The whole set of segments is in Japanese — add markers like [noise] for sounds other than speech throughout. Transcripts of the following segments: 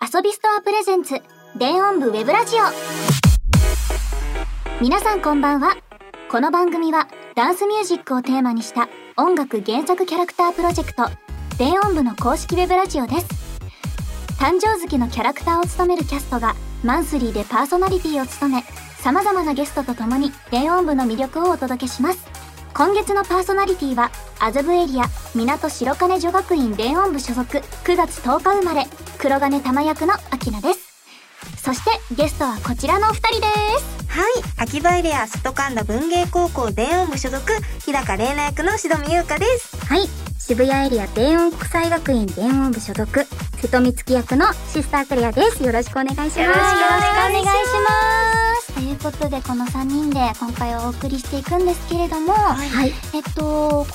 遊びストアプレゼンツ電音部ウェブラジオ皆さんこんばんはこの番組はダンスミュージックをテーマにした音楽原作キャラクタープロジェクト電音部の公式ウェブラジオです誕生月のキャラクターを務めるキャストがマンスリーでパーソナリティを務め様々なゲストと共に電音部の魅力をお届けします今月のパーソナリティは麻布エリア港白金女学院電音部所属9月10日生まれ黒金玉役のアキナですそしてゲストはこちらのお二人ですはい秋葉エリア外神田文芸高校電音部所属日高玲奈役の志戸美優香ですはい渋谷エリア電音国際学院電音部所属瀬戸美月役のシスタークレアですよろしくお願いしますよろしくお願いしますということでこの3人で今回はお送りしていくんですけれども、はいえっとこの3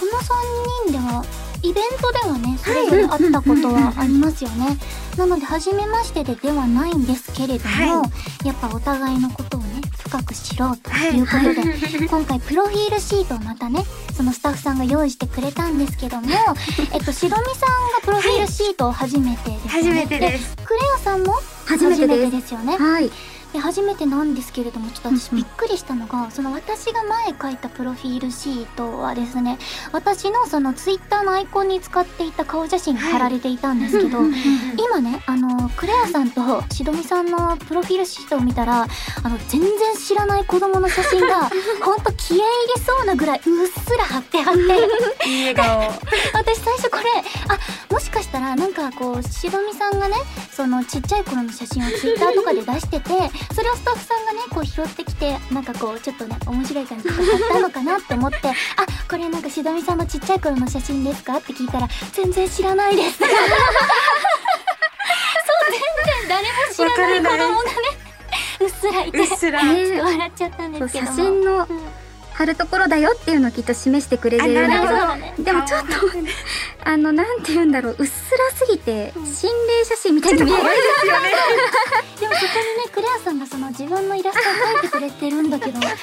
人ではイベントではねそれぞれ会ったことはありますよねなので初めましてでではないんですけれども、はやっぱお互いのことをね深く知ろうということで、今回プロフィールシートをまたねそのスタッフさんが用意してくれたんですけどもえっとしどみさんがプロフィールシートを初めてですね、初めてですクレアさんも初めて初めてでですすよねはいで初めてなんですけれどもちょっと私うんびうっんくりしたのが、その私が前書いたプロフィールシートはですね私のそのツイッターのアイコンに使っていた顔写真が貼られていたんですけど、今ねあのクレアさんとしどみさんのプロフィールシートを見たらあの全然知らない子供の写真がほんと消え入りそうなぐらいうっすら貼って貼って [laughs] いい笑顔私最初これあもしかしたらなんかこうしどみさんがねそのちっちゃい頃の写真をツイッターとかで出しててそれをスタッフさんがねこう拾ってきてなんかこうちょっとね面白い感じで貼ったのかなって思ってあこれなんかしどみさんのちっちゃい頃の写真ですかって聞いたら全然知らないですそう全然誰も知らない子供がねうっすらいてうっすらちょっと笑っちゃったんですけども写真のうん貼るところだよっていうのをきっと示してくれてるあなそるうほどだねでもちょっとあのなんて言うんだろううっすらすぎてうん心霊写真みたいに見え [laughs] るでもそこにねクレアさんがその自分のイラストを描いてくれてるんだけ [laughs] どちょっ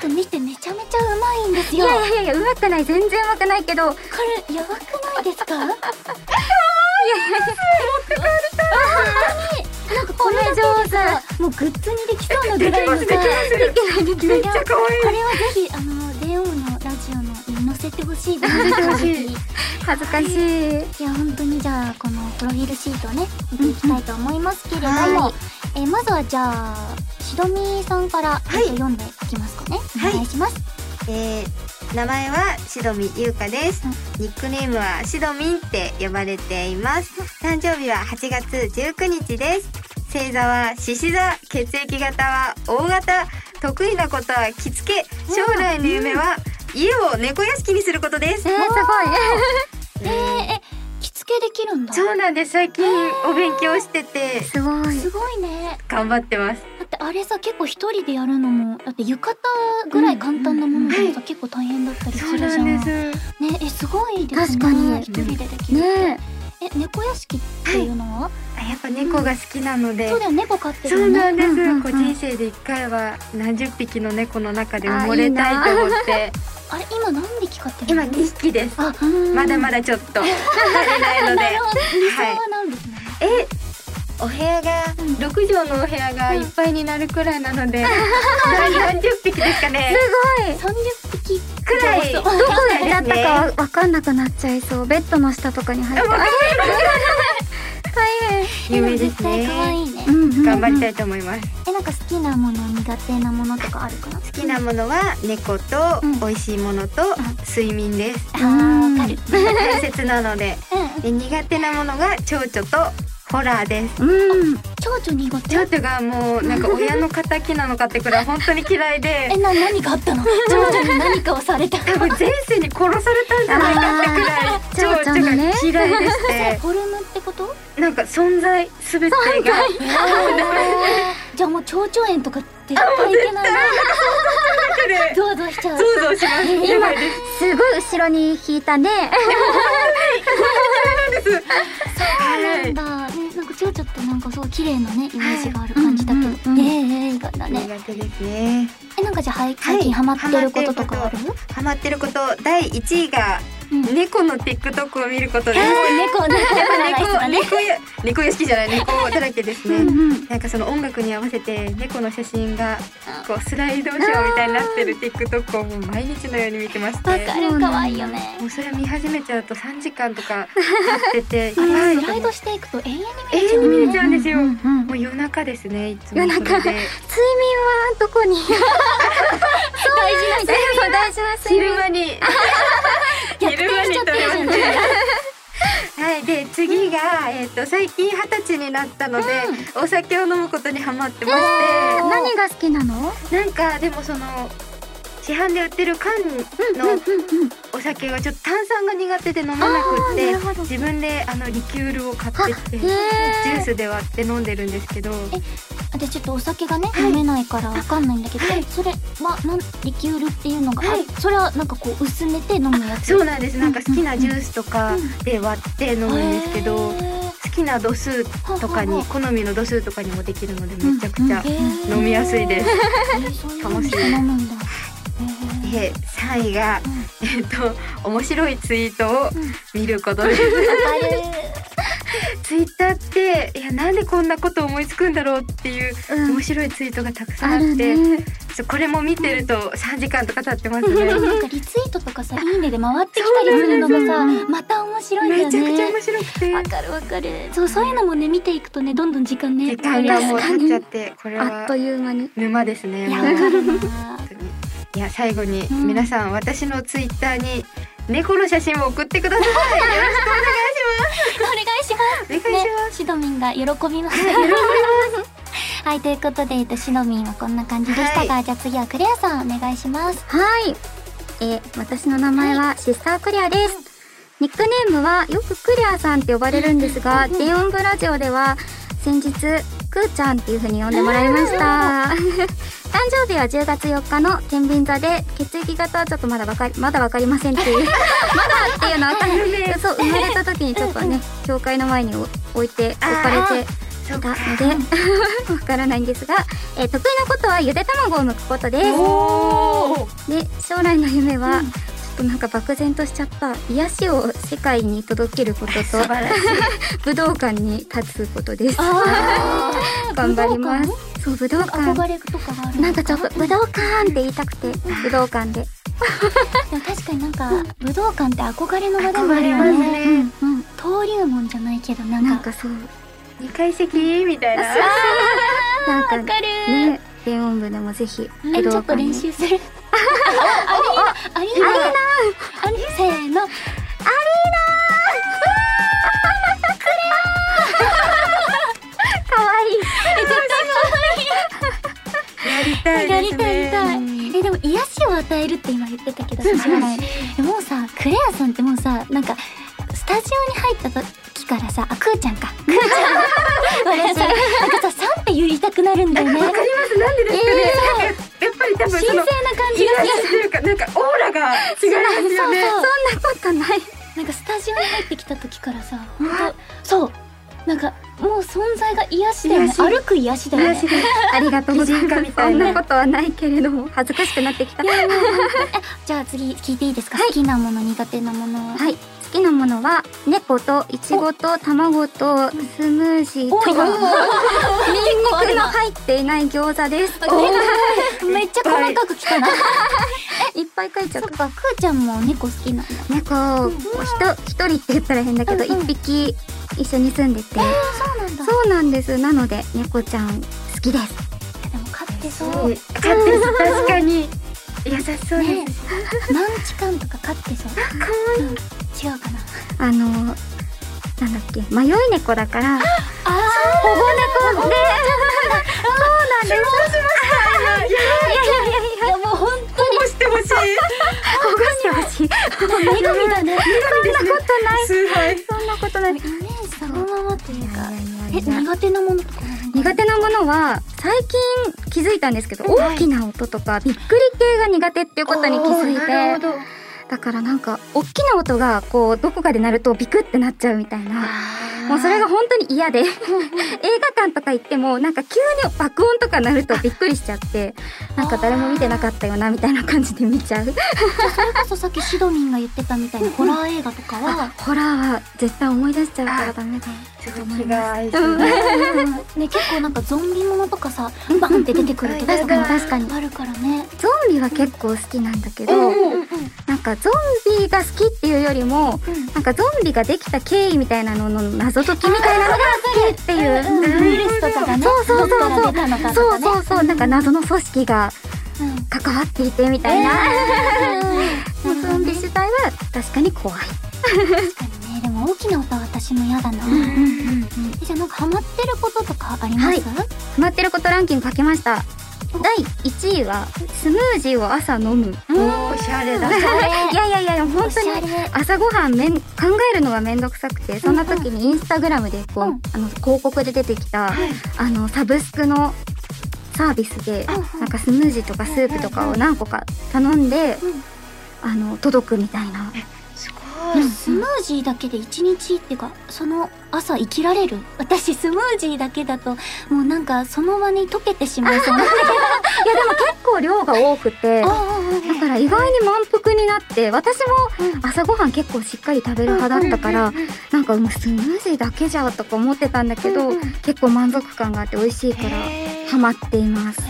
と見てめちゃめちゃうまいんですいよ。こやいやいやうまくない全然うまくないけどいれやばくないですか？本当になんかこれだけでさもうグッズにできそうなぐらいのさ。やいやいやめめっちゃ可愛いこれはぜひあのレオのラジオのに載せてほしい。載せてほ [laughs] しい。恥ずかしいいや本当にじゃあこのプロフィールシートをね見ていきたいと思いますけれども、はえーまずはじゃあしどみさんから、えっと読んでいきますかね、はいお願いしますえー名前はしどみゆうかですニックネームはしどみんって呼ばれています誕生日は8月19日です星座は獅子座血液型は O 型得意なことは着付け将来の夢は家を猫屋敷にすることですえー、すごえー、え着付けできるんだそうなんです最近お勉強してていすごいすごいね頑張ってますだってあれさ結構一人でやるのもだって浴衣ぐらい簡単なものでもさ、結構大変だったりするじゃんねすえすごいですね確かに一人でできるって、ねえ猫屋敷っていうのは、あやっぱ猫が好きなので、そうだよね猫飼ってるそようねなんです、うんうんうんこう人生で一回は何十匹の猫の中で埋もれたいと思ってあれ今何匹飼ってる [laughs] 今の2匹ですあうんまだまだちょっと足りないのでなるほど理想はいはなんですね、 [laughs] えお部屋がうん6畳のお部屋がいっぱいになるくらいなので、何十匹ですかねいす三十匹くらいそうごいどこでやったねかわわかんなくなっちゃいそうベッドの下とかに入ったあえでも夢で絶す対ね可愛いねー。うんうんうん頑張りたいと思いますえなんか好きなもの苦手なものとかあるかな。好きなものは猫とうん美味しいものと睡眠ですあーわかる。大切なのでうん。で苦手なものが蝶々とホラーですうん蝶々苦手蝶。々がもうなんか親の敵なのかってくらい本当に嫌いでえな何かあったの。蝶々に何かをされた。多分前世に殺されたんじゃないかってくらいあー蝶々が嫌いでしえてフォルムってこと？なんか存在すべてがじゃあもう蝶々炎とか絶対いけないな。中で [laughs] ゾワゾワしちゃう。想像しますやばいですすごい後ろに引いたねそうなんだ。ねなんか蝶々ってなんかすごい綺麗なねイメージがある感じだけど。はいねうんうんうんえええ意外だね。苦手ですねえなんかじゃあはい最近ハマってることとかある？ハマってること第1位が猫の TikTok を見ることです。猫の猫猫がね猫よ猫よしきじゃない猫だらけですね。うんうんなんかその音楽に合わせて猫の写真がこうスライドショーみたいになってる TikTok をもう毎日のように見てまして。わかる可愛いよねもうそれ見始めちゃうと3時間とか経って [laughs] てあやばいれスライと思ってドしていくと永遠に見れちゃ永遠うに見れねちゃうんですよ、うんうんうんもう夜中ですねいつも夜中それで睡眠はどこにそう大事な [laughs] いう大事な睡昼眠間に昼間に撮れますねはいで次が、えっと最近二十歳になったので、お酒を飲むことにハマってまして、何が好きなのなんかでもその市販で売ってる缶のお酒はちょっと炭酸が苦手で飲めなくってあーなるほど自分であのリキュールを買ってきてジへューえスで割って飲んでるんですけど私ちょっとお酒がね、飲めないからわかんないんだけど、はいそれはなんリキュールっていうのが、あはいそれはなんかこう薄めて飲むやつそうなんですなんか好きなジュースとかで割って飲むんですけどへ好きな度数ーとかほうにほ好みの度数とかにもできるのでめちゃくちゃうへー飲みやすいです。うほうえーそういうのにして飲むんだへー [laughs] で3位が、えっと面白いツイートを見ることです。わかるツイッターっていやなんでこんなこと思いつくんだろうっていううん面白いツイートがたくさんああるって、ねそうこれも見てると3時間とか経ってますね。なんかリツイートとかさ「いいね」で回ってきたりするのがさまた面白いんだよめちねゃくちゃ面白くてわかるわかるそうそういうのもね見ていくとねどんどん時間ね時間がもう経っちゃってこれあっはという間に沼ですね。いやもうわかるないや最後にん皆さん私のツイッターに猫の写真を送ってくだ [laughs] さい。お願いしますお願いします。す、ね、シドミンが喜びますはいということで、えっと、シドミンはこんな感じでしたが、じゃあ次はクレアさんお願いしますはい。えー私の名前はシスタークレアです。ニックネームはよくクレアさんって呼ばれるんですが、電音部ラジオでは先日、クーちゃんっていう風に呼んでもらいま [laughs] した。誕生日は10月4日の天秤座で、血液型はちょっとまだわかり、まだわかりませんって [laughs] いう。まだっていうのはわかるね。そう、生まれた時にちょっとね、 [laughs] 教会の前にお置いて、置かれて、そいうたか。ので、 [laughs] わからないんですが、えー得意なことはゆで卵を剥くことです。おお。で将来の夢は、ちょっとなんか漠然としちゃった癒しを世界に届けること素晴とらしい。武道館に立つことですあ頑張りますそう武道あ憧館れとかがあるなんかちょっと武道館って言いたくて武道館ででも確かになんか、武道館って憧れの場でもあ憧るれよますねね。うん、登竜門じゃないけどなんかなんかそう二階席みたいな。なんかわかるね電音部でもぜひ武え道ちょっと館練に習するあアリーナアリーナせーのかわいいややりたいでりすたいやりたいね。えでも癒しを与えるって今言ってたけどさ将来えもうさクレアさんってもうさなんかスタジオに入った時からさあクーちゃんかクーちゃんごめんなさいなんかさ「さん」って言いたくなるんだよねわかります。なんでですかね。なんかやっぱり多分神聖そなの感じが東というかなんかオーラが違いますよね。そうそんなことないなんかスタジオに入ってきた時からさ本当そうなんかもう存在が癒しだよね癒し歩く癒しだよ癒ねしでありがとうござい [laughs] 擬人化まみすたそいんななことはないけれども恥ずかしくなってきたじゃあ次聞いていいですか、はい好きなもの苦手なものはい、好きなものは猫とイチゴと卵とスムージーと多ニいンニなクの入っていない餃子です。 [laughs] めっちゃ細かく来たな。いっぱい書いちゃそっ。ったか、くーちゃんも猫好きなんだ。猫を一一人って言ったら変だけどうんうん一匹一緒に住んでて、そうなんだ。そうなんです。なので猫ちゃん好きです。でも飼ってそすう。ごいね勝手に確かに優しそうです。え、何時間とか飼ってそう。うん違うかな。あのなんだっけ迷い猫だからあ保護猫で。そうなんです。あ、いやいやもう本当保護してほしい。 [laughs] 保護 [laughs] してほしい。に女神だね。そんなことない。崇拝。そんなことないイ。メージそのままというか。いやえ、いやいや苦手なものとかなんか。苦手なものは最近気づいたんですけど大きな音とかびっくり系が苦手っていうことに気づいてど。だからなんか大きな音がこ [laughs] うどこかで鳴るとビクってなっちゃうみたいなもうそれが本当に嫌で映画館とか行っても、なんか急に爆音とか鳴るとびっくりしちゃって、なんか誰も見てなかったよな、みたいな感じで見ちゃう。それこそさっきシドミンが言ってたみたいなホラー映画とかは、ホラーは絶対思い出しちゃうからダメだ。ちょっと気が合いそううんね、結構なんかゾンビものとかさ、バンって出てくるけど、確かに確かにあるからね。ゾンビは結構好きなんだけど、うんうんなんかゾンビが好きっていうよりも、なんかゾンビができた経緯みたいなのの謎解きみたいなのが好きっていう。うんうんウイルスとかがね、そうそうどそっうからそ出たのかとう。そかうね。そうそう。なんか謎の組織がうん関わっていてみたいな。もうゾンビ自体は確かに怖い。確かにね、でも大きな音は私も嫌だな。えじゃあなんかハマってることとかあります？ハマってることランキング書きました。第1位は、スムージーを朝飲む。おしゃれおだしゃれいやいやいや、本おし当ゃにれ。朝ごはんめん考えるのがめんどくさくてそんな時にインスタグラムでこう、うんあの広告で出てきた、はいあのサブスクのサービスで、うんうんなんかスムージーとかスープとかを何個か頼んで、あの届くみたいなすいごやいスムージーだけで一日っていうかその朝生きられる私スムージーだけだともうなんかその場に溶けてしまいそうなんだいやでも結構量が多くてけどだから意外に満腹になって私も朝ごはん結構しっかり食べる派だったから、なんかもうスムージーだけじゃとか思ってたんだけど、うんうん結構満足感があって美味しいからへーハマっています。いい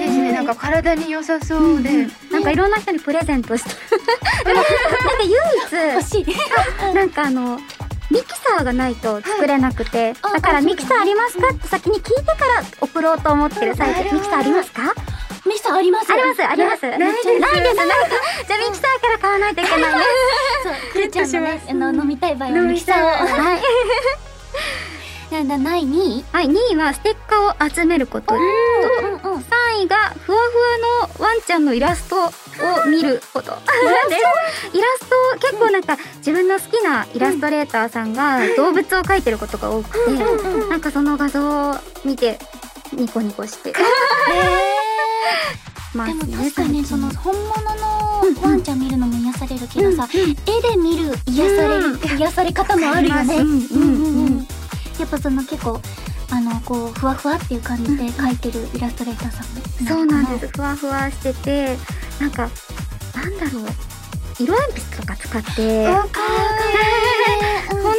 へですねなんか体に良さそうでなんかいろんな人にプレゼントしてるでもなんか唯欲しい一なんかあのミキサーがないと作れなくて、あだからあそうだねミキサーありますかって先に聞いてから送ろうと思ってる最なるほ中どミキサーありますかあミサありますりますありますないですないですじゃあミキサーから買わないといけないねそうくるちゃんのねあの飲みたい場合はミキサーをはい、なんだない2位はい、2位はステッカーを集めることうんうんうん3位がふわふわのワンちゃんのイラストを見ること。イラスト結構なんか自分の好きなイラストレーターさんが動物を描いてることが多くて、なんかその画像を見てニコニコして [laughs] まですも確ね。かに最ね近その本物のワンちゃん見るのも癒されるけどさ、うんうん絵で見る癒される、癒され方もあるよね。うんうんううんんやっぱその結構あのこうふわふわっていう感じで描いてるイラストレーターさんそうなんす。です。ふわふわしてて、なんかなんだろう。色鉛筆とか使って、あ本か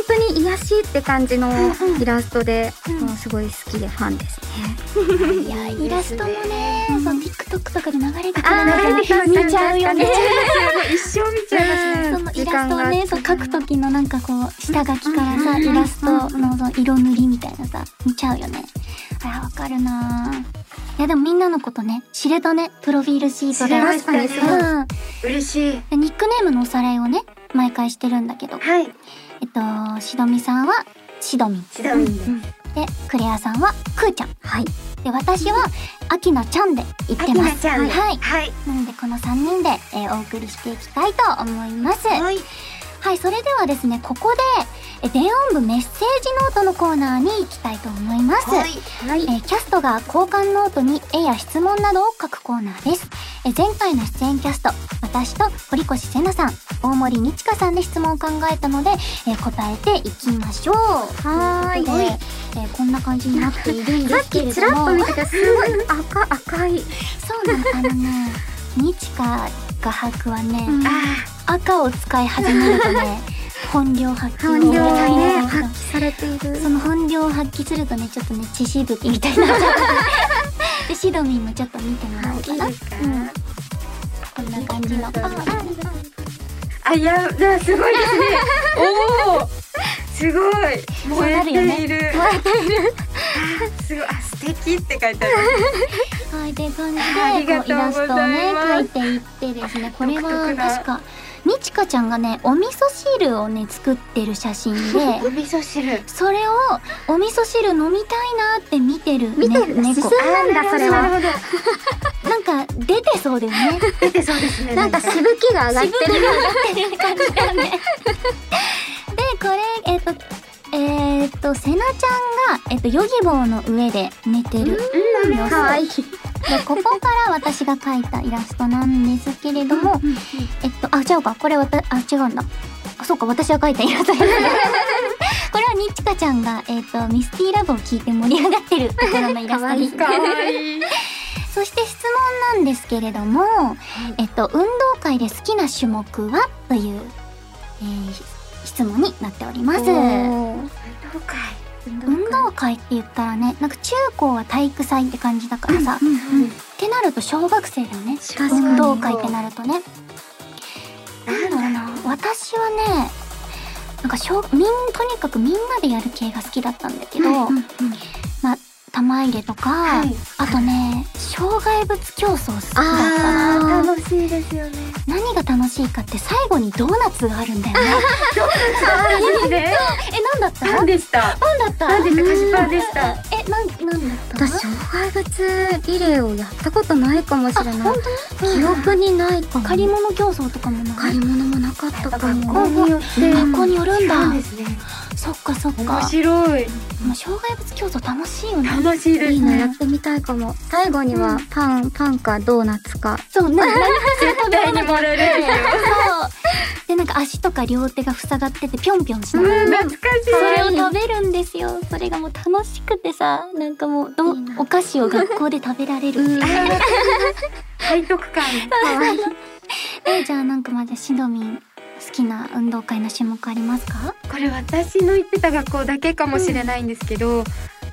当に癒しって感じのイラストで、うんもうすごい好きでファンですね。いやイラストもね、その TikTok とかで流れてくるあーの流れてきまですね見ちゃうよね。い一生見ちゃいますねそのイラストをね、そう描く時のなんかこう下書きからさ、うんイラストのその色塗りみたいなさ見ちゃうよね。あーわかるなー。いやでもみんなのことね知れたねプロフィールシート知れで。ましたねうん嬉しいでニックネームのおさらいをね毎回してるんだけど、はいえっとしどみさんはしどみシドミンうんでクレアさんはくーちゃんはい。で私はあきなちゃんで言っあてきまなす。ちゃんはい。はいなのでこの3人で、えーお送りしていきたいと思います。はいはい、それではですね、ここで、え電音部メッセージノートのコーナーに行きたいと思います。はいはいえーキャストが交換ノートに絵や質問などを書くコーナーです。えー前回の出演キャスト、私と堀越瀬奈さん、大森日香さんで質問を考えたので、えー答えていきましょう。はーいとうことで、えーこんな感じになっているんでさっすけれども。きちらっと見たけどすごい赤赤い。そうなの、あのね、日香画伯はね、うんあ赤を使い始めるとね本領発揮を本領がねそう発揮されている。その本領を発揮するとねちょっとね血しぶきみたいになっち [laughs] ゃうでシドミンもちょっと見てもらおうかな、いいですかうんこんな感じのあああいやじゃあすごいで [laughs] すねおおすごいそうな燃えるよねているえている。あすごいあ素敵って書いてあるはいで感じありでがことうイうラございますストをね描いていってですねこれ独は特な確かにちかちゃんがねお味噌汁をね作ってる写真で [laughs] お味噌汁それをお味噌汁飲みたいなって見てる、ね、見てる猫視線なんだそれなるは。ほどなんか出てそうだよね出てそうですねなんかしぶきが上がって自分る。が上がってる感じだよね。でこれえっ、とえっ、とセナちゃんがえっ、とヨギボーの上で寝てる。うん可愛い。でここから私が描いたイラストなんですけれども、えっとあ違うかこれわたあ違うんだ。あそうか私が描いたイラストですね。これはニッチカちゃんが、えっ、と、ミスティラブを聞いて盛り上がってるところのイラストです。かわいい。そして質問なんですけれども、えっと、運動会で好きな種目はという、えー質問になっております。運運動会。動会って言ったらね、なんか中高は体育祭って感じだからさ、ってなると小学生だよね。確かに運動会ってなるとね。なんだろうな、私はね、なんか小、みん、とにかくみんなでやる系が好きだったんだけど、まあ、玉入れとか、はいあとね、障害物競争好きだったな。ああー楽しいですよね。何が楽しいかって最後にドーナツがあるんだよね。なんで？え、なんだった？パなンんでした。だった？なんでした。菓子パンでした。え、なんなんだった？私障害物リレーをやったことないかもしあ、れな本い当に？記憶にないかも借り物競争とかもな借い。り物もなかったか学も校によって学校によるんだ。なんですね。そっかそっか面。白い。もう障害物競争楽しいよね。楽しいでいいすなね。やってみたいかも最後にはパンパンかドーナツかそう、 [laughs] な何かしら食べ絶対にもらえるよ。そう。でなんか足とか両手が塞がっててぴょんぴょんしながら。懐かしい。それを食べるんですよ。それがもう楽しくてさ、なんかもうどいいなお菓子を学校で食べられるっていう。 [laughs] 背徳感。えじゃあなんかまだシドミン好きな運動会の種目ありますか？これ私の行ってた学校だけかもしれないんですけど、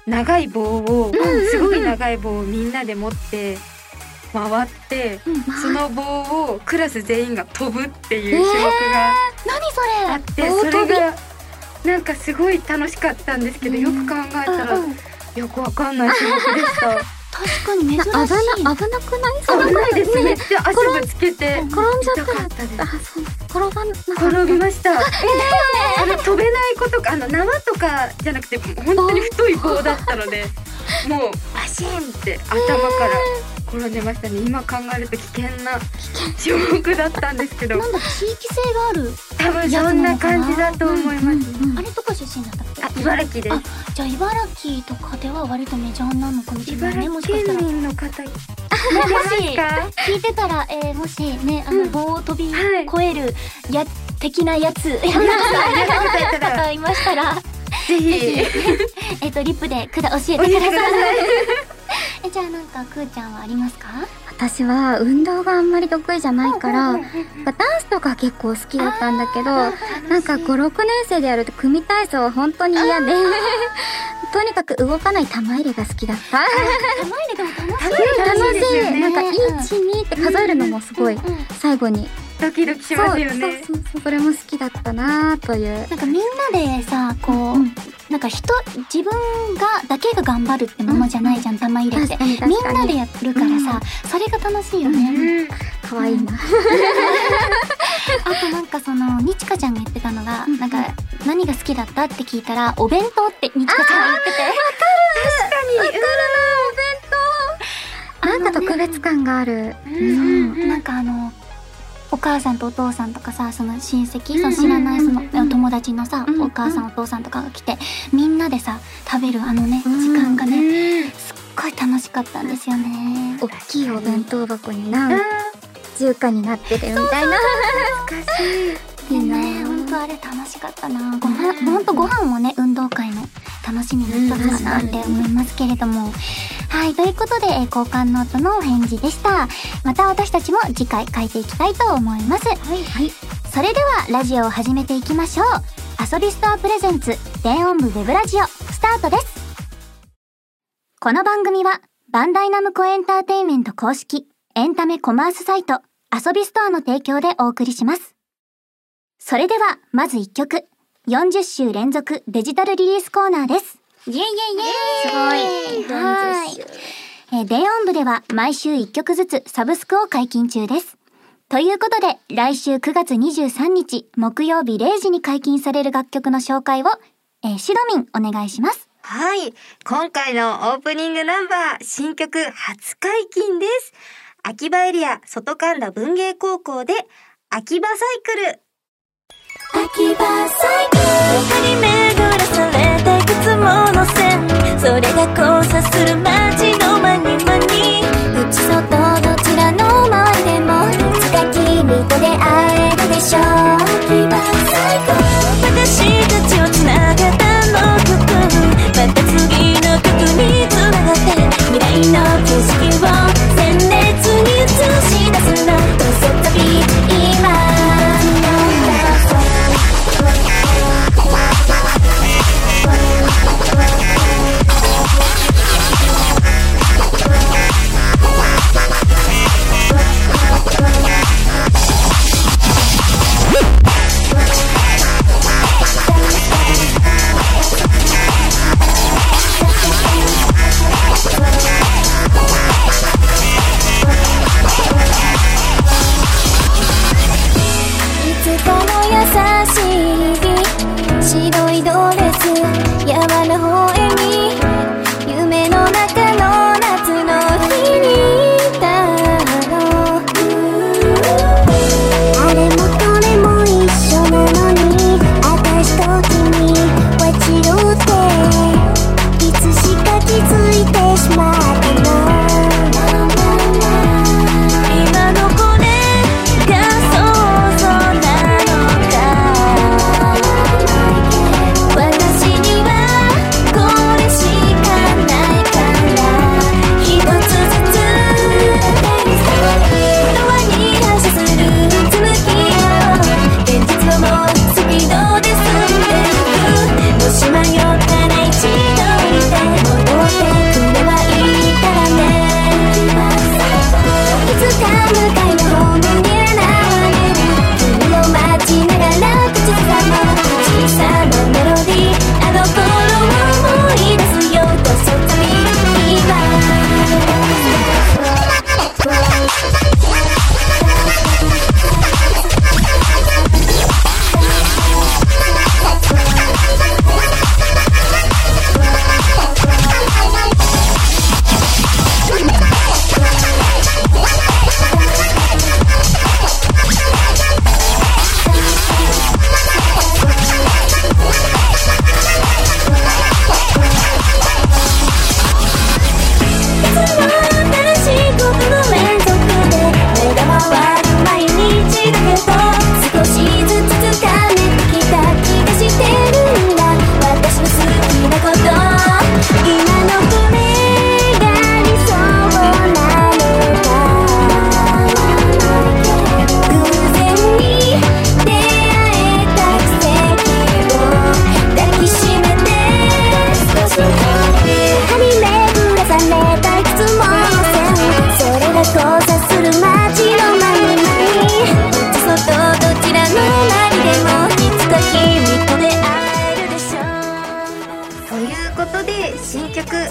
長い棒をすごい長い棒をみんなで持って回って。うん。何その棒をクラス全員が飛ぶっていう種目があっそて、れ？それがなんかすごい楽しかったんですけど、うんよく考えたらうんうんよくわかんない種目でした。確かに珍しい。危な危なくないそれ危ないですね。めっちゃ足転ぶつけて転んじ痛ゃったからったですあ。そう転ばな転びました。あの飛べないことかあの縄とかじゃなくて本当に太い棒だったので、もうバシーンって頭から転んでましたね。今考えると危険な種目だったんですけど、なんだ地域性がある。多分そんな感じだと思います。あれとか出身だったっけ？あ、茨城です。じゃあ茨城とかでは割とメジャーなのかもしれない茨ね。もしかし城た県ら。も民の方、いましす [laughs] か？聞いてたら、えー、もしねあのうん棒を飛びはい越えるや的なやつ、やら [laughs] やってなた方らいましたら、ぜひえっとリップでくだ教えおていくでだください。さい。えじゃあなんかくーちゃんはあり [laughs] ますか？私は運動があんまり得意じゃないからうダんンスとか結構好きだったんだけどなんか56年生でやると組体操は本当に嫌で [laughs] とにかく動かない玉入れが好きだった玉入れでも楽しい。楽しいですよね。なんかうん12って数えるのもすごいうん最後にドキドキしますよね。そうそうそうそれも好きだったなというなんかみんなでさこう、なんか人自分がだけが頑張るってものじゃないじゃん、玉入れって確かみに確んかなでにやるからさ、それが楽しいよね、うん可愛いなあとなんかそのにちかちゃんが言ってたのが、なんか何が好きだったって聞いたらお弁当ってにちかちゃんが言っててなあんのねか特別感があるうんそうなんかあのお母さんとお父さんとかさその親戚その知らないそのお友達のさ、うんうんお母さんお父さんとかが来てみんなでさ食べるあのね時間がね、すっごい楽しかったんですよね。大きいお弁当箱にあなー中華になってるみたいな懐かしい。でいいなね、本当あれ楽しかったな。ご飯、本当ご飯もね、運動会の楽しみの一つかなって思いますけれども。はい、ということで、えー交換ノートのお返事でした。また私たちも次回書いていきたいと思います。はいはいそれでは、ラジオを始めていきましょう。遊びストアプレゼンツ、電音部ウェブラジオ、スタートです。この番組は、バンダイナムコエンターテインメント公式、エンタメコマースサイト、遊びストアの提供でお送りします。それでは、まず1曲、40週連続デジタルリリースコーナーです。イェイイェイイェイすごいは40い。えー、電音部では毎週1曲ずつサブスクを解禁中です。ということで、来週9月23日、木曜日0時に解禁される楽曲の紹介を、えー、シドミンお願いします。はい。今回のオープニングナンバー、新曲初解禁です。秋葉エリア外神田文芸高校で、秋葉サイクル。秋葉サイクルに巡らされたいくつもの線それが交差する街の間に間に内外どちらの周りでもいつか君と出会えるでしょう秋葉サイクル私たちをつなげた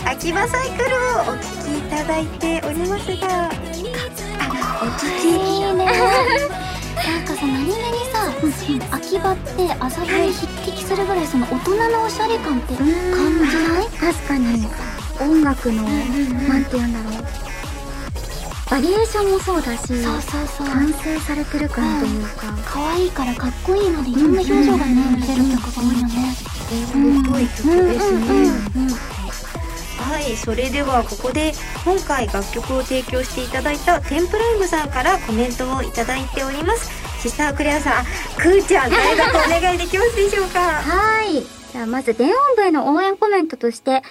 秋葉サイクルをお聞きいただいておりますがあお聞きいいねなんかさ何気にさ秋葉って朝日に匹敵するぐらいその大人のおしゃれ感って感じない確かに音楽の、なんて言うんだろうバリエーションもそうだしそうそうそう完成されてる感というか、可愛いからかっこいいまでいろんな表情がね出る曲が多いよね英語っぽい曲ですね、うんうんはいそれではここで今回楽曲を提供していただいたテンプライムさんからコメントをいただいておりますシスタークレアさんくーちゃん誰だかお願いできますでしょう [laughs] かはい。じゃあ、まず、電音部への応援コメントとして、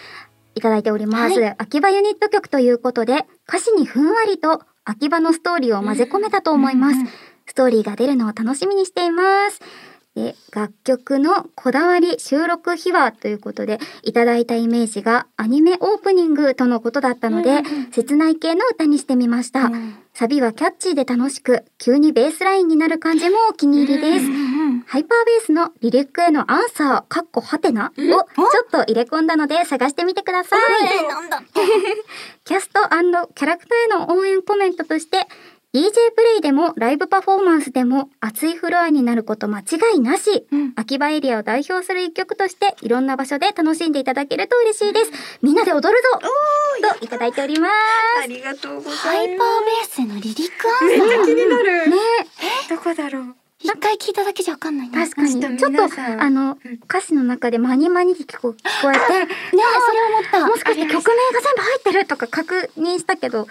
いただいております。秋葉ユニット曲ということで、歌詞にふんわりと、秋葉のストーリーを混ぜ込めたと思います。ストーリーが出るのを楽しみにしています。で、楽曲のこだわり収録秘話ということで、いただいたイメージがアニメオープニングとのことだったので、切ない系の歌にしてみました。サビはキャッチーで楽しく、急にベースラインになる感じもお気に入りです。ハイパーベースのリリックへのアンサー、かっこはてなをちょっと入れ込んだので探してみてください。えなんだ [laughs] ってキャストキャラクターへの応援コメントとして、DJ プレイでもライブパフォーマンスでも熱いフロアになること間違いなし、秋葉エリアを代表する一曲としていろんな場所で楽しんでいただけると嬉しいです。みんなで踊るぞといただいております。ありがとうごハざイいパまーベースへのリリックアすめっンちサゃー気になる、ねどこだろう一回聞いただけじゃわかんないね確かに。ちょっとちょっ皆と、さんあの、歌詞の中でマニマニって聞こ聞こえて、 [laughs] ねえそれ思もっしかして曲名が全部入ってるとか確認したけど、そういうわ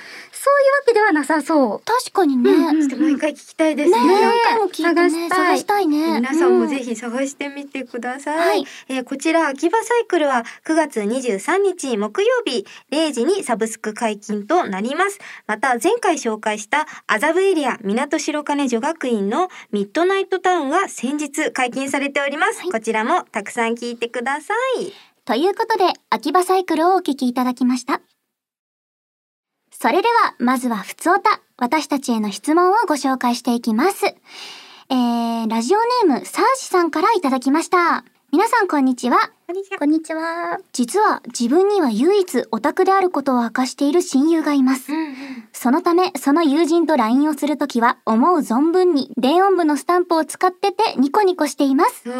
けではなさそう。た確かにねうんうんちょっと毎回聞きたいですねねえ何回も聞いてね探したい探したいね皆さんもぜひ探してみてください。はいえーこちら、秋葉サイクルは9月23日木曜日0時にサブスク解禁となります。また、前回紹介した麻布エリア港白金女学院のミッドナイトタウンが先日解禁されております。こちらもたくさん聞いてください。ということで、秋葉サイクルをお聞きいただきました。それでは、まずは、ふつおた、私たちへの質問をご紹介していきます。えー、ラジオネーム、サーシさんからいただきました。皆さん、こんにちは。こんにちはこんにちは。実は、自分には唯一オタクであることを明かしている親友がいます。そのため、その友人と LINE をするときは、思う存分に電音部のスタンプを使っててニコニコしています。そう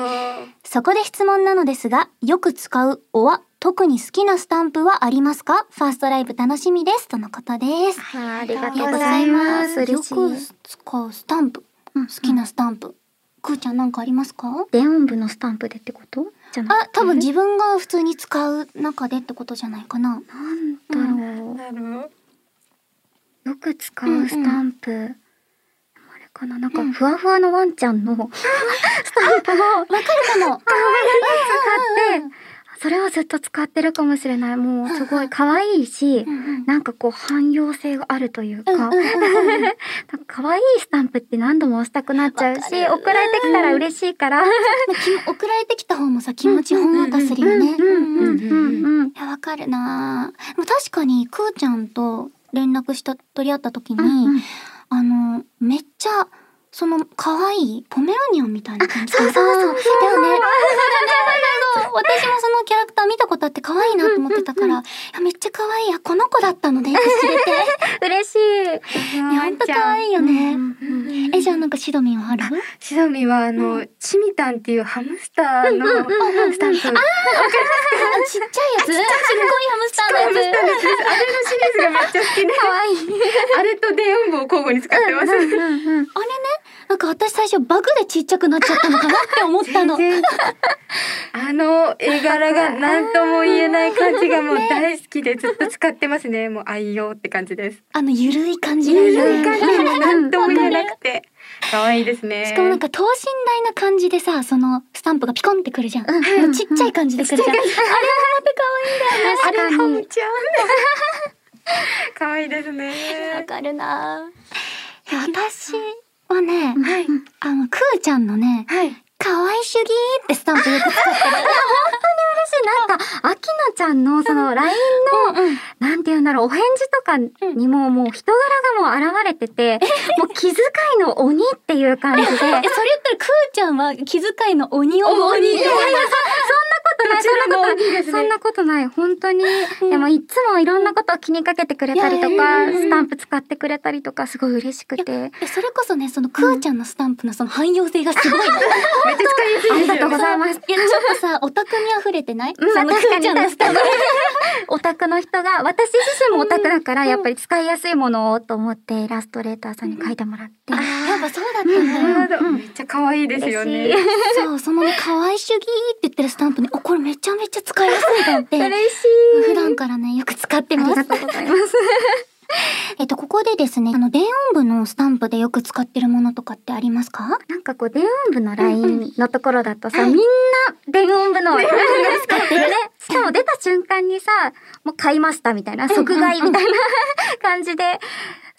そこで質問なのですが、よく使うおは特に好きなスタンプはありますかファーストライブ楽しみです。とのことです。ありががととううごござざいいまますす。よ嬉しくい。使うスタンプ。好きなスタンプ。くーちゃんなんかありますか電音部のスタンプでってことじゃなあ、多分な自分が普通に使う中でってことじゃないかな。んだろなるう。よく使うスタンプ。でもあれかななんか、ふわふわのワンちゃ [laughs] んのスタンプを使っわかる [laughs] かも。て、それをずっと使ってるかもしれない。もう、すごい可愛いし、なんかこう、汎用性があるというか、うんうんうんうん [laughs] なんか可愛いスタンプって何度も押したくなっちゃうし、送られてきたら嬉しいから。送られてきた方もさ、気持ちほんわかするよね。うんうんうんうん。いや、わかるなぁ。でも確かに、くーちゃんと連絡した、取り合った時に、うんうんあの、めっちゃ、その、可愛いポメラニアンみたいな感じ。そうそうそうそうだよね。そうそうそう私もそのキャラクター見たことあって可愛いなと思ってたから、いやめっちゃ可愛い。あ、この子だったのね、って知れて。い嬉しい。や、ほんと可愛いよね。いえ、じゃあなんかシドミンはあるシドミはあの、チミタンっていうハムスターのスタンあちっちゃいや [laughs] プ。つちっこいハムスタハームスのターのやシリーズあれのシリーズがめっちゃ好きで。可愛い。 [laughs] あれと電音部を交互に使ってます。つ。あれね、なんか私最初バグでちっちゃくなっちゃったのかなって思った [laughs] の。全然あの絵柄が何とも言えない感じがもう大好きでずっと使ってますね。もう愛用って感じです。あの、ゆるい感じがいいいよねう感じでも何とも言えなくて可愛いですね。しかもなんか等身大な感じでさ、そのスタンプがピコンってくるじゃん。あのちっちゃい感じでくるじゃん。あれもまた可愛いだよね。あれ確ハかムに。ちゃん。 [laughs] 可愛いですわね。かるなぁ。私はね、はいあの、くーちゃんのね、はい。かわい主義ってスタンプよく使ってる。なんか、あきなちゃんのその LINE [laughs] の、なんて言うんだろう、お返事とかにももう人柄がもう現れてて、もう気遣いの鬼っていう感じで、そんな [laughs] こえ、それ言ったらくーちゃんは気遣いの鬼を。鬼いやいやそんなこことない、そんなことこちらもいいなでい、すねそんなことない、本当に。でもいつもいろんなことを気にかけてくれたりといやいやか、いやスタンプ使ってくれたりとか、すごい嬉しくて。えそれこそねそのクーちゃんのスタンプのその汎用性がすごいのめっちゃ使いやすいですよありがとう [laughs] ございます。いやちょっとさオタクに溢れてない、うんそのク確かーにちゃんのスタンプオタクの人が、私自身もオタクだから、やっぱり使いやすいものをと思って、イラストレーターさんに書いてもらって。やっぱそうだったんだよ、なるほどめっちゃ可愛いですよね。嬉しいそうそのね可愛主義って言ってるスタンプねおこれめちゃめちゃ使いやすいだ [laughs] って嬉しい。普段からねよく使ってあまりすがとうございます。えっと、ここでですね、あの、電音部のスタンプでよく使ってるものとかってありますかなんかこう電音部の LINE のところだとさ、はいみんな電音部の LINE 使ってるね。しかも出た瞬間にさ、もう買いましたみたいな、即買いみたいな感じで。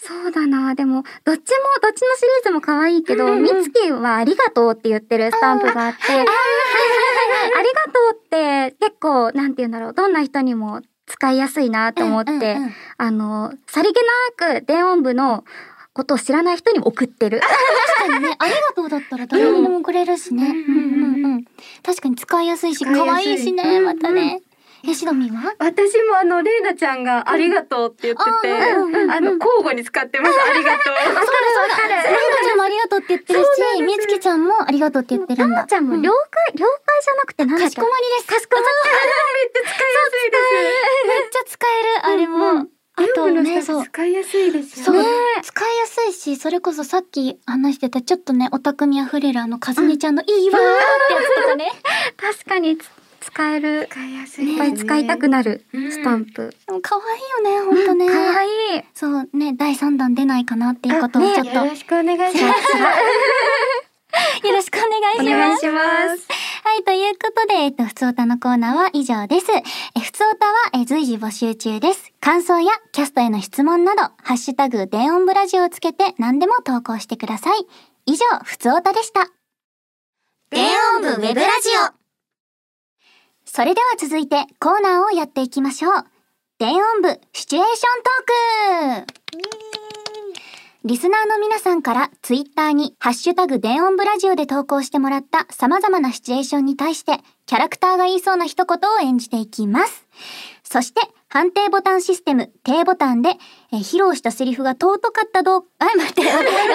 そうだなでも、どっちも、どっちのシリーズも可愛いけど、みつきはありがとうって言ってるスタンプがあって、ありがとうって結構、なんて言うんだろう、どんな人にも使いやすいなと思って、うんうんうんあの、さりげなく電音部のことを知らない人にも送ってる。確かにね、 [laughs] ありがとうだったら誰にでもくれるしね。うんうんうん。確かに使いやすいし、使いやすい可愛いしね、またね。え、しどみんは私もあのレイナちゃんがありがとうって言ってて、うんうんうんあの交互に使ってます。ありがとう。レイナちゃんもありがとうって言ってるし、みつきちゃんもありがとうって言ってるんなだおち。ゃんも了解、了解じゃなくてなんだかっしけこまりです。かしこまめっちゃ使いやすいです。り。めっちゃ使える、あれも。あと全部ね、のそ人う。使いやすいですそよう、ね。使いやすいし、それこそさっき話してた、ちょっとね、オタクみあふれるあの、かずねちゃんのいいわーってやつとかね。確かにつ使える。使いやすい。いっぱい使いたくなるうんスタンプ。 [laughs] でも可愛いよね、本当ね。かわいい。そうね、第三弾出ないかなっていうことをあねちょっと、よろしくお願いします。よろしくお願いします。します。はい、ということで、えっと、ふつおたのコーナーは以上です。え、ふつおたは、え、随時募集中です。感想やキャストへの質問など、ハッシュタグ、電音ブラジオをつけて何でも投稿してください。以上、ふつおたでした。電音部ウェブラジオそれでは続いて、コーナーをやっていきましょう。電音部、シチュエーショントークリスナーの皆さんからツイッターにハッシュタグ電音ブラジオで投稿してもらった様々なシチュエーションに対してキャラクターが言いそうな一言を演じていきます。そして判定ボタンシステム低ボタンで、えー披露したセリフが尊かったどう、あ、待って、待って、待って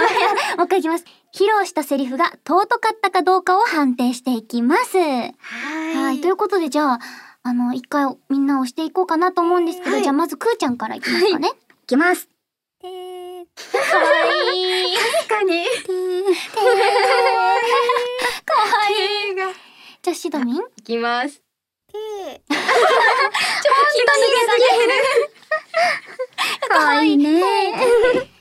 もう一回いきます。披露したセリフが尊かったかどうかを判定していきます。はい、はい。ということでじゃあ、あの、一回みんな押していこうかなと思うんですけど、はいじゃあまずくーちゃんからいきますかね。いきます。かわいい。確かに。はい。じゃあ、シドミン。いきます。かわい [laughs] いね。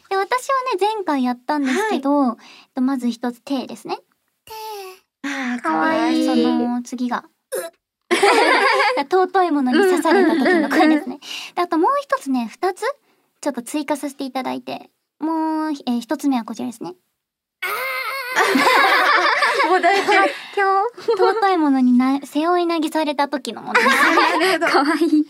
で、私はね、前回やったんですけど、えっとまず一つ、手ですね。ああ、かわいいその次が。 [laughs] 尊いものに刺された時の声ですね。であともう一つね、二つ、ちょっと追加させていただいて、もう、えー一つ目はこちらですね。もう大体。今日。尊いものにな、背負い投げされた時のも [laughs] のですね。なるほかわいい。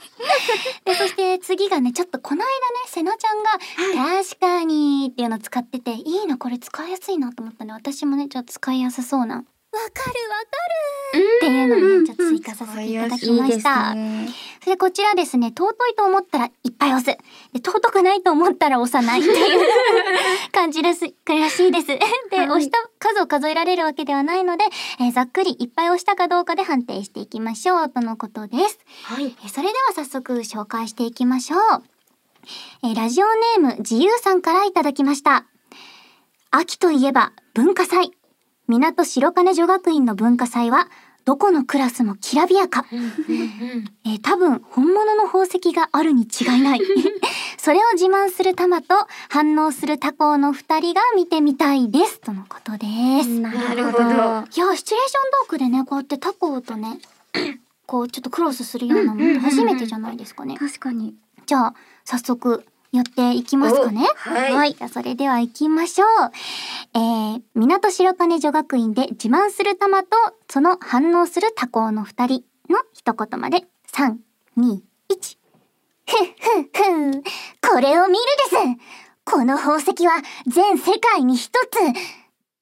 で、そして次がね、ちょっとこの間ね、瀬名ちゃんが、確かにっていうのを使ってて、いいな、これ使いやすいなと思ったので、私もね、ちょっと使いやすそうな。わかるわかるっていうのをね、ちょっと追加させていただきました。ね。それでこちらですね、尊いと思ったらいっぱい押す。で、尊くないと思ったら押さないっていう [laughs] 感じです、らしい [laughs] です。で、はい押した数を数えられるわけではないので、えーざっくりいっぱい押したかどうかで判定していきましょう、とのことです。はい。えーそれでは早速紹介していきましょう。えーラジオネーム自由さんからいただきました。秋といえば文化祭。港白金女学院の文化祭は、どこのクラスもきらびやか。えー多分本物の宝石があるに違いない。それを自慢する玉と反応する他校の二人が見てみたいです。とのことです。いなるほなるほど。やー、シチュエーショントークでね、こうやって他校とね、こうちょっとクロスするようなものって初めてじゃないですかね。確かに。じゃあ、早速、やっていきますかね。おはいじゃあ、それでは行きましょう。えー、港白金女学院で自慢する玉と、その反応する他校の二人の一言まで、3、2、1。ふっふっふっこれを見るですこの宝石は全世界に一つ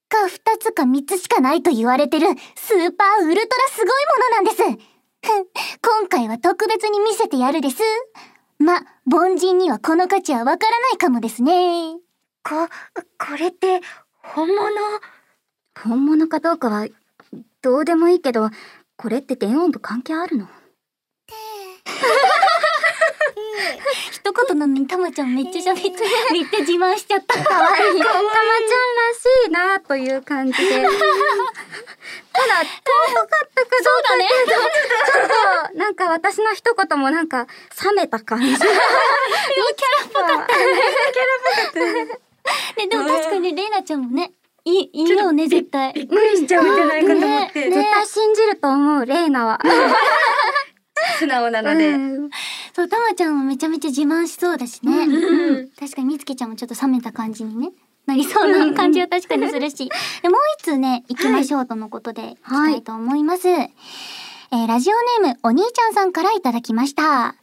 か二つか三つしかないと言われてるスーパーウルトラすごいものなんです今回は特別に見せてやるです。ま、凡人にはこの価値はわからないかもですね。こ、これって、本物本物かどうかはどうでもいいけどこれって電音部関係あるの一言なのにたまちゃんめっちゃ喋って、 [laughs] めっちゃ自慢しちゃ [laughs] った。かわいいたまちゃんらしいなという感じで [laughs] ただ尊かったか [laughs] どうかっていうとちょっとなんか私の一言もなんか冷めた感 [laughs] じキャラっぽかった [laughs] ね、でも確かにレイナちゃんもね、いい、いいよね、絶対。びっくりしちゃうんじゃないかと思っねて、ね絶対信じると思うレイナは、素直なのうで。んそう、たまちゃんもめちゃめちゃ自慢しそうだしね。んうん確かにみつきちゃんもちょっと冷めた感じにね。なりそうな感じは確かにする [laughs] し。でもう一通ね、行きましょうとのことで、いきたいと思います。えーラジオネーム、お兄ちゃんさんからいただきました。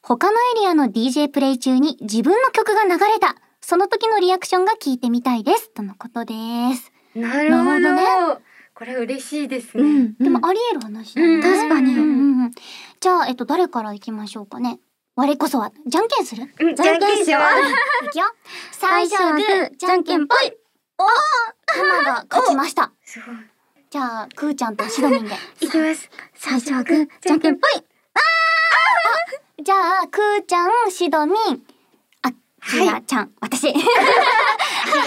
他のエリアの DJ プレイ中に自分の曲が流れた。その時のリアクションが聞いてみたいです。とのことです。なるほど。なるこれ嬉しいですうね。んでもあり得る話だね、うん確かにうんうんうんじゃあ、えっと、誰から行きましょうかね。我こそは、じゃんけんするうん、じゃんけんしよう。いくよ。最初はグー、じゃんけんぽい。おマが勝ちました。すごい。じゃあ、くーちゃんとしどみんで。いきます。最初はグーじゃんけんぽいじゃあ、くーちゃん、しどみん、あ、ひなちゃん、私。こ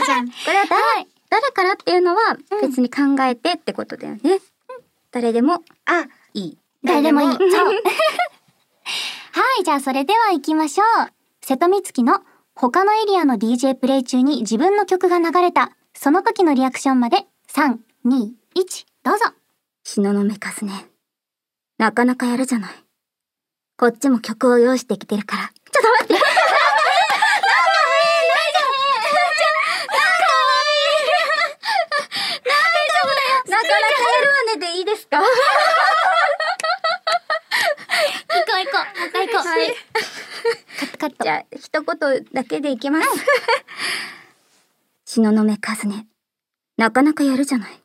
じゃん。れは誰誰からっていうのは別に考えてってことだよね、誰でもあ、いい誰でもいい。そう [laughs] はい、じゃあ、それでは行きましょう。瀬戸みつきの他のエリアの DJ プレイ中に自分の曲が流れた、その時のリアクションまで、3、2、1、どうぞ。東雲和ね。なかなかやるじゃない。こっちも曲を用意してきてるから。ちょっと待って。なかなかやるわねでいいですか行こう行こう。もう一回行こう。はいカットカットじ。ゃあ、一言だけでいき [laughs] ます。東雲和ね。なかなかやるじゃない。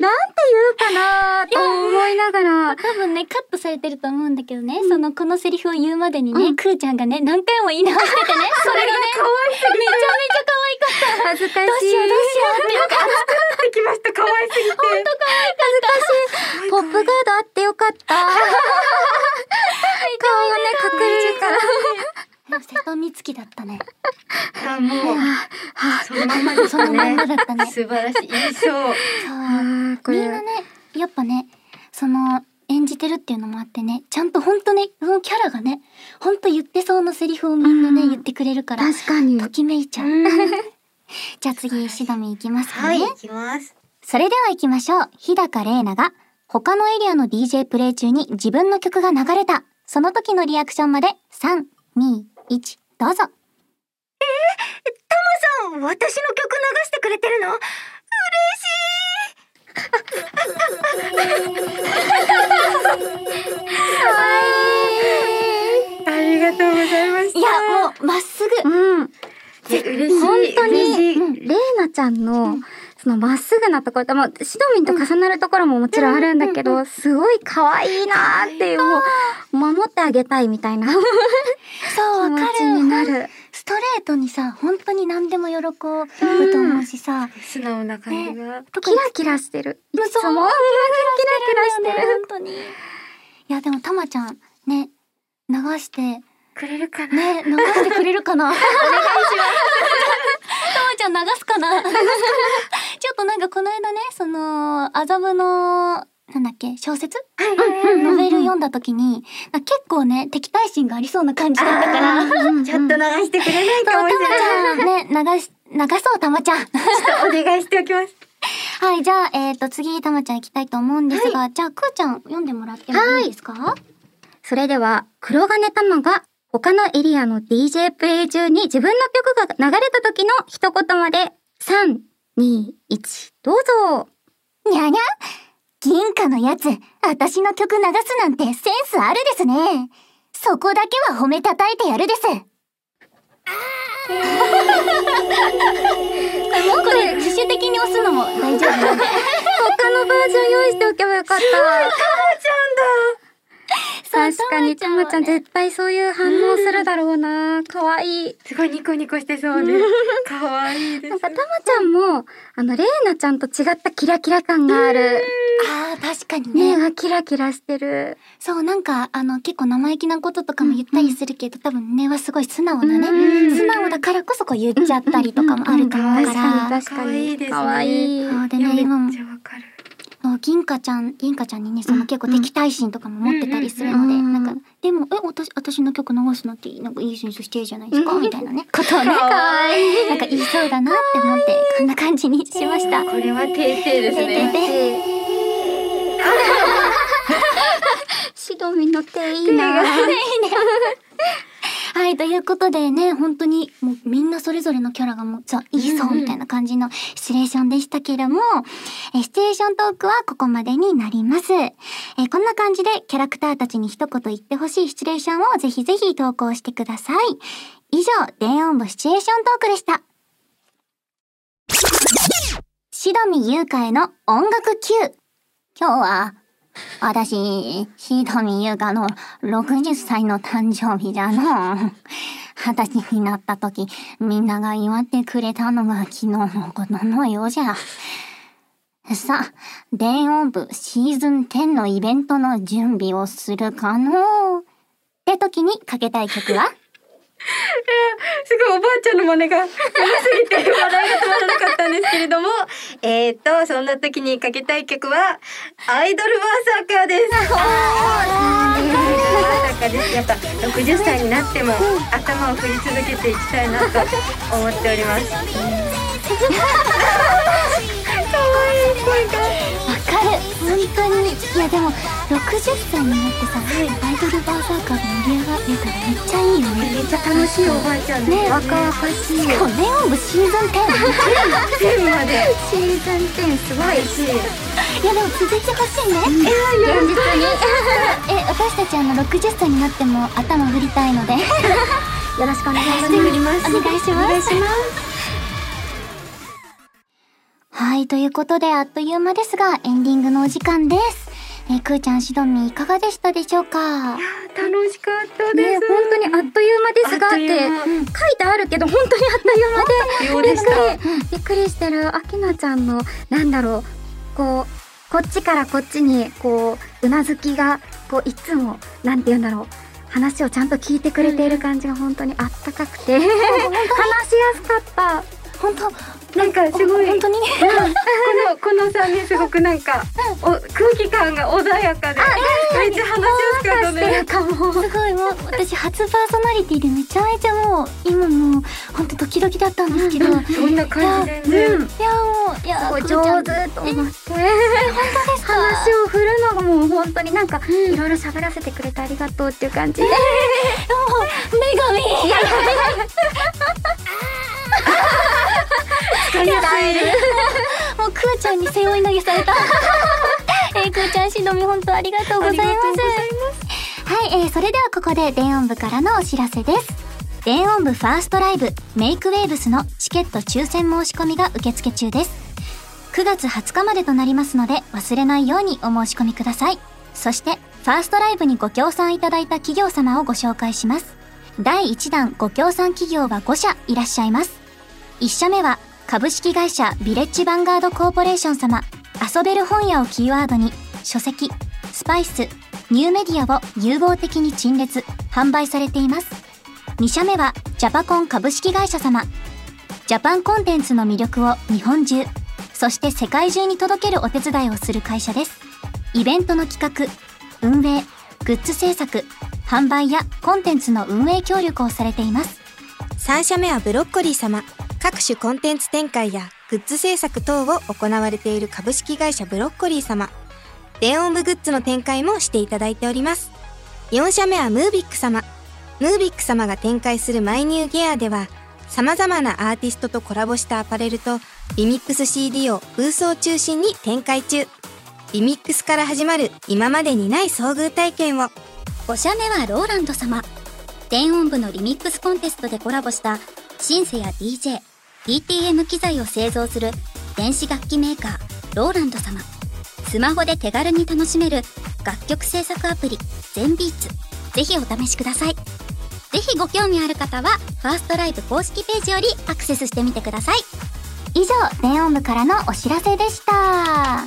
なんて言うかなと思いながら。多分ねカットされてると思うんだけどね、そのこのセリフを言うまでにね、くーちゃんがね何回も言い直しててね [laughs] それがねめちゃめちゃ可愛かった恥ずかしい。どうしようどうしようってよかっできました。可愛すぎて。ポップガードあってよかった。顔をね、隠れるから。たでも瀬戸美月だったねあ、もう。そのまんまでしそたのまんまね。だったね素晴らしい。印象。そう [laughs] あーこみれんなねやっぱねその演じてるっていうのもあってねちゃんとほんとねそのキャラがねほんと言ってそうなセリフをみんなね、うん言ってくれるから確かに。ときめいちゃう [laughs] じゃあ次しどみいきますかね、はい、いきます。それでは行きましょう。日高玲奈が他のエリアの DJ プレイ中に自分の曲が流れた。その時のリアクションまで3、2、1、どうぞ。私の曲流してくれてるの嬉しいありがとうございましいや、もうまっすぐ。うん。いや嬉しい本当嬉しいに、レイナちゃんの、そのまっすぐなところと、もう、シドミンと重なるところももちろんあるんだけど、すごい可愛いなーっていう、もう、守ってあげたいみたいな気そう、わか持ちになる。る。ストレートにさ、本当に何でも喜ぶと思うしさ。素直な感じが、キラキラしてる。いそうつも、キラキラしてる。本当に。いや、でもたまちゃん、ね、流して、くれるかな、ね、流してくれるかなお願いします。たまちゃん流すかな [laughs] ちょっとなんかこの間ね、その、麻布の、なんだっけ、小説はいはいはいノベル読んだ時に、なんか結構ね、敵対心がありそうな感じだったから、そう、うんちょっと流してくれないたかもましれちないゃんね、流し、流そう、たまちゃん。ちょっとお願いしておきますはい、じゃあ、えっ、と、次、たまちゃん行きたいと思うんですが、じゃあ、くーちゃん読んでもらってもいいですか、それでは、黒金玉が他のエリアの DJ プレイ中に自分の曲が流れた時の一言まで、3、2、1、どうぞ。にゃにゃ銀貨のやつ、私の曲流すなんてセンスあるですね。そこだけは褒めたたいてやるです。これ自主的に押すのも大丈夫なんで他のバージョン用意しておけばよかった。そう確かに、たたままちちゃんはねゃん絶対そういう反応するだろうな。可愛いい。すごいニコニコしてそうね。可愛いでなんす。か、たまちゃんも、あの、レイナちゃんと違ったキラキラ感がある。あー確かにね目がキラキラしてる。そうなんかあの結構生意気なこととかも言ったりするけど、多分根はすごい素直なね、うん素直だからこそこう言っちゃったりとかもあると思うか確かにら、確か可愛いに。ですね可愛いそうでいやね今めもっちゃわかる。そう銀貨ちゃん銀貨ちゃんにねその結構敵対心とかも持ってたりするので、うんうんなんかでもえ私私の曲流すのっていいなんかいいセンスしてるじゃないですか、うんみたいなねことをね可愛いなんか言いそうだなって思ってこんな感じにしました。これは定定ですね。シドミの手いいな。はい、ということでね、本当にもうみんなそれぞれのキャラがもう、じゃあいいそうみたいな感じのシチュエーションでしたけれども、えーシチュエーショントークはここまでになります。えーこんな感じでキャラクターたちに一言言ってほしいシチュエーションをぜひぜひ投稿してください。以上、電音部シチュエーショントークでした。しどみゆうかへの音楽 Q。今日は、私、ひどみゆうかの60歳の誕生日じゃの。二十歳になった時、みんなが祝ってくれたのが昨日のことのようじゃ。さあ、電音部シーズン10のイベントの準備をするかのうって時にかけたい曲はすごいおばあちゃんの真似が上手すぎて笑いが止まらなかったんですけれども、 [laughs] えっとそんな時にかけたい曲はアイドルバーサーカーです。アイドルバーサーカーです。やっぱ60歳になっても頭を振り続けていきたいなと思っております。わかる本当にいやでも60歳になってさ、アイドルバーサーカーが盛り上がってたらめっちゃいいよねめっちゃ楽しいおばあちゃんです。ね若々しい。しかも電音部シーズン10全部までシーズン10すごい。嬉しい。いやでも続き欲しいね、現実に。え私たちあの60歳になっても頭振りたいのでよろしくお願いします。振ります。お願いしますお願いします。はいということであっという間ですがエンディングのお時間ですえー、くーちゃんしどみいかがでしたでしょうか楽しかったでね、す。本当にあっという間ですがあっっとていう間書いてあるけど本当にあっという間で秒でしたびっくりびっくりしてるあきなちゃんのなんだろうこうこっちからこっちにこううなずきがこういつもなんて言うんだろう話をちゃんと聞いてくれている感じが本当にあったかくて話しやすかった本当なんかすごい。本当にねこのこの三人すごくなんかお空気感が穏やかでめっちゃ話しやすかったね。かもすごいもう私初パーソナリティでめちゃめちゃもう今もう本当ドキドキだったんですけど、いやそんな感じでいや全も然ういやすごいくーちゃ上ん手とえ思って本当ですか [laughs] 話 [laughs] を振るのがもう本当になんかいろいろ喋らせてくれてありがとうっていう感じでもう女神疲れないです。もうくーちゃんに背負い投げされ [laughs] た。えー、くーちゃんしのみ本当ありがとうございます。ありがとうございはい、えーそれではここで電音部からのお知らせです。電音部ファーストライブメイクウェーブスのチケット抽選申し込みが受付中です。9月20日までとなりますので忘れないようにお申し込みください。そして、ファーストライブにご協賛いただいた企業様をご紹介します。第1弾ご協賛企業は5社いらっしゃいます。1社目は株式会社ビレッジヴァンガードコーポレーション様遊べる本屋をキーワードに書籍スパイスニューメディアを融合的に陳列販売されています2社目はジャパコン株式会社様ジャパンコンテンツの魅力を日本中そして世界中に届けるお手伝いをする会社ですイベントの企画運営グッズ制作販売やコンテンツの運営協力をされています3社目はブロッコリー様各種コンテンツ展開やグッズ制作等を行われている株式会社ブロッコリー様電音部グッズの展開もしていただいております4社目はムービック様ムービック様が展開するマイニューギアでは様々なアーティストとコラボしたアパレルとリミックス CD をブースを中心に展開中リミックスから始まる今までにない遭遇体験を5社目はローランド様電音部のリミックスコンテストでコラボしたシンセや DJ、DTM 機材を製造する電子楽器メーカー、ローランド様。スマホで手軽に楽しめる楽曲制作アプリ、ゼンビーツ。ぜひお試しください。ぜひご興味ある方は、ファーストライブ公式ページよりアクセスしてみてください。以上、電音部からのお知らせでした。は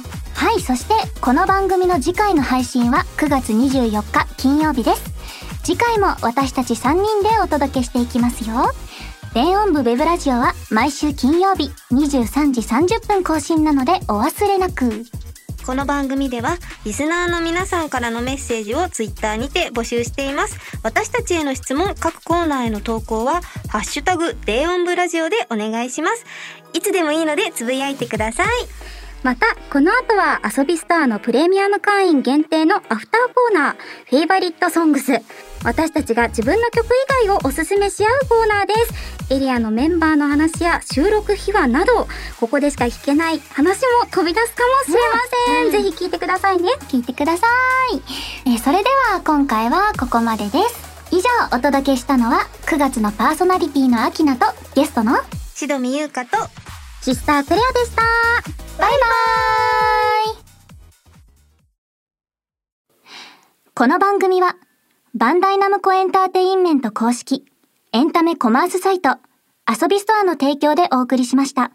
い、そして、この番組の次回の配信は9月24日金曜日です。次回も私たち3人でお届けしていきますよ。電音部ウェブラジオは毎週金曜日23時30分更新なのでお忘れなく。この番組ではリスナーの皆さんからのメッセージをツイッターにて募集しています私たちへの質問各コーナーへの投稿は「ハッシュタグ低音部ラジオ」でお願いしますいつでもいいのでつぶやいてくださいまた、この後は遊びスターのプレミアム会員限定のアフターコーナー、フェイバリットソングス。私たちが自分の曲以外をおすすめし合うコーナーです。エリアのメンバーの話や収録秘話など、ここでしか聞けない話も飛び出すかもしれません。ぜひ聞いてくださいね。聞いてください。えーそれでは今回はここまでです。以上、お届けしたのは9月のパーソナリティのアキナとゲストのバイしどみゆうかとシスタークレアでした。バーイこの番組はバンダイナムコエンターテインメント公式エンタメコマースサイト遊びストアの提供でお送りしました。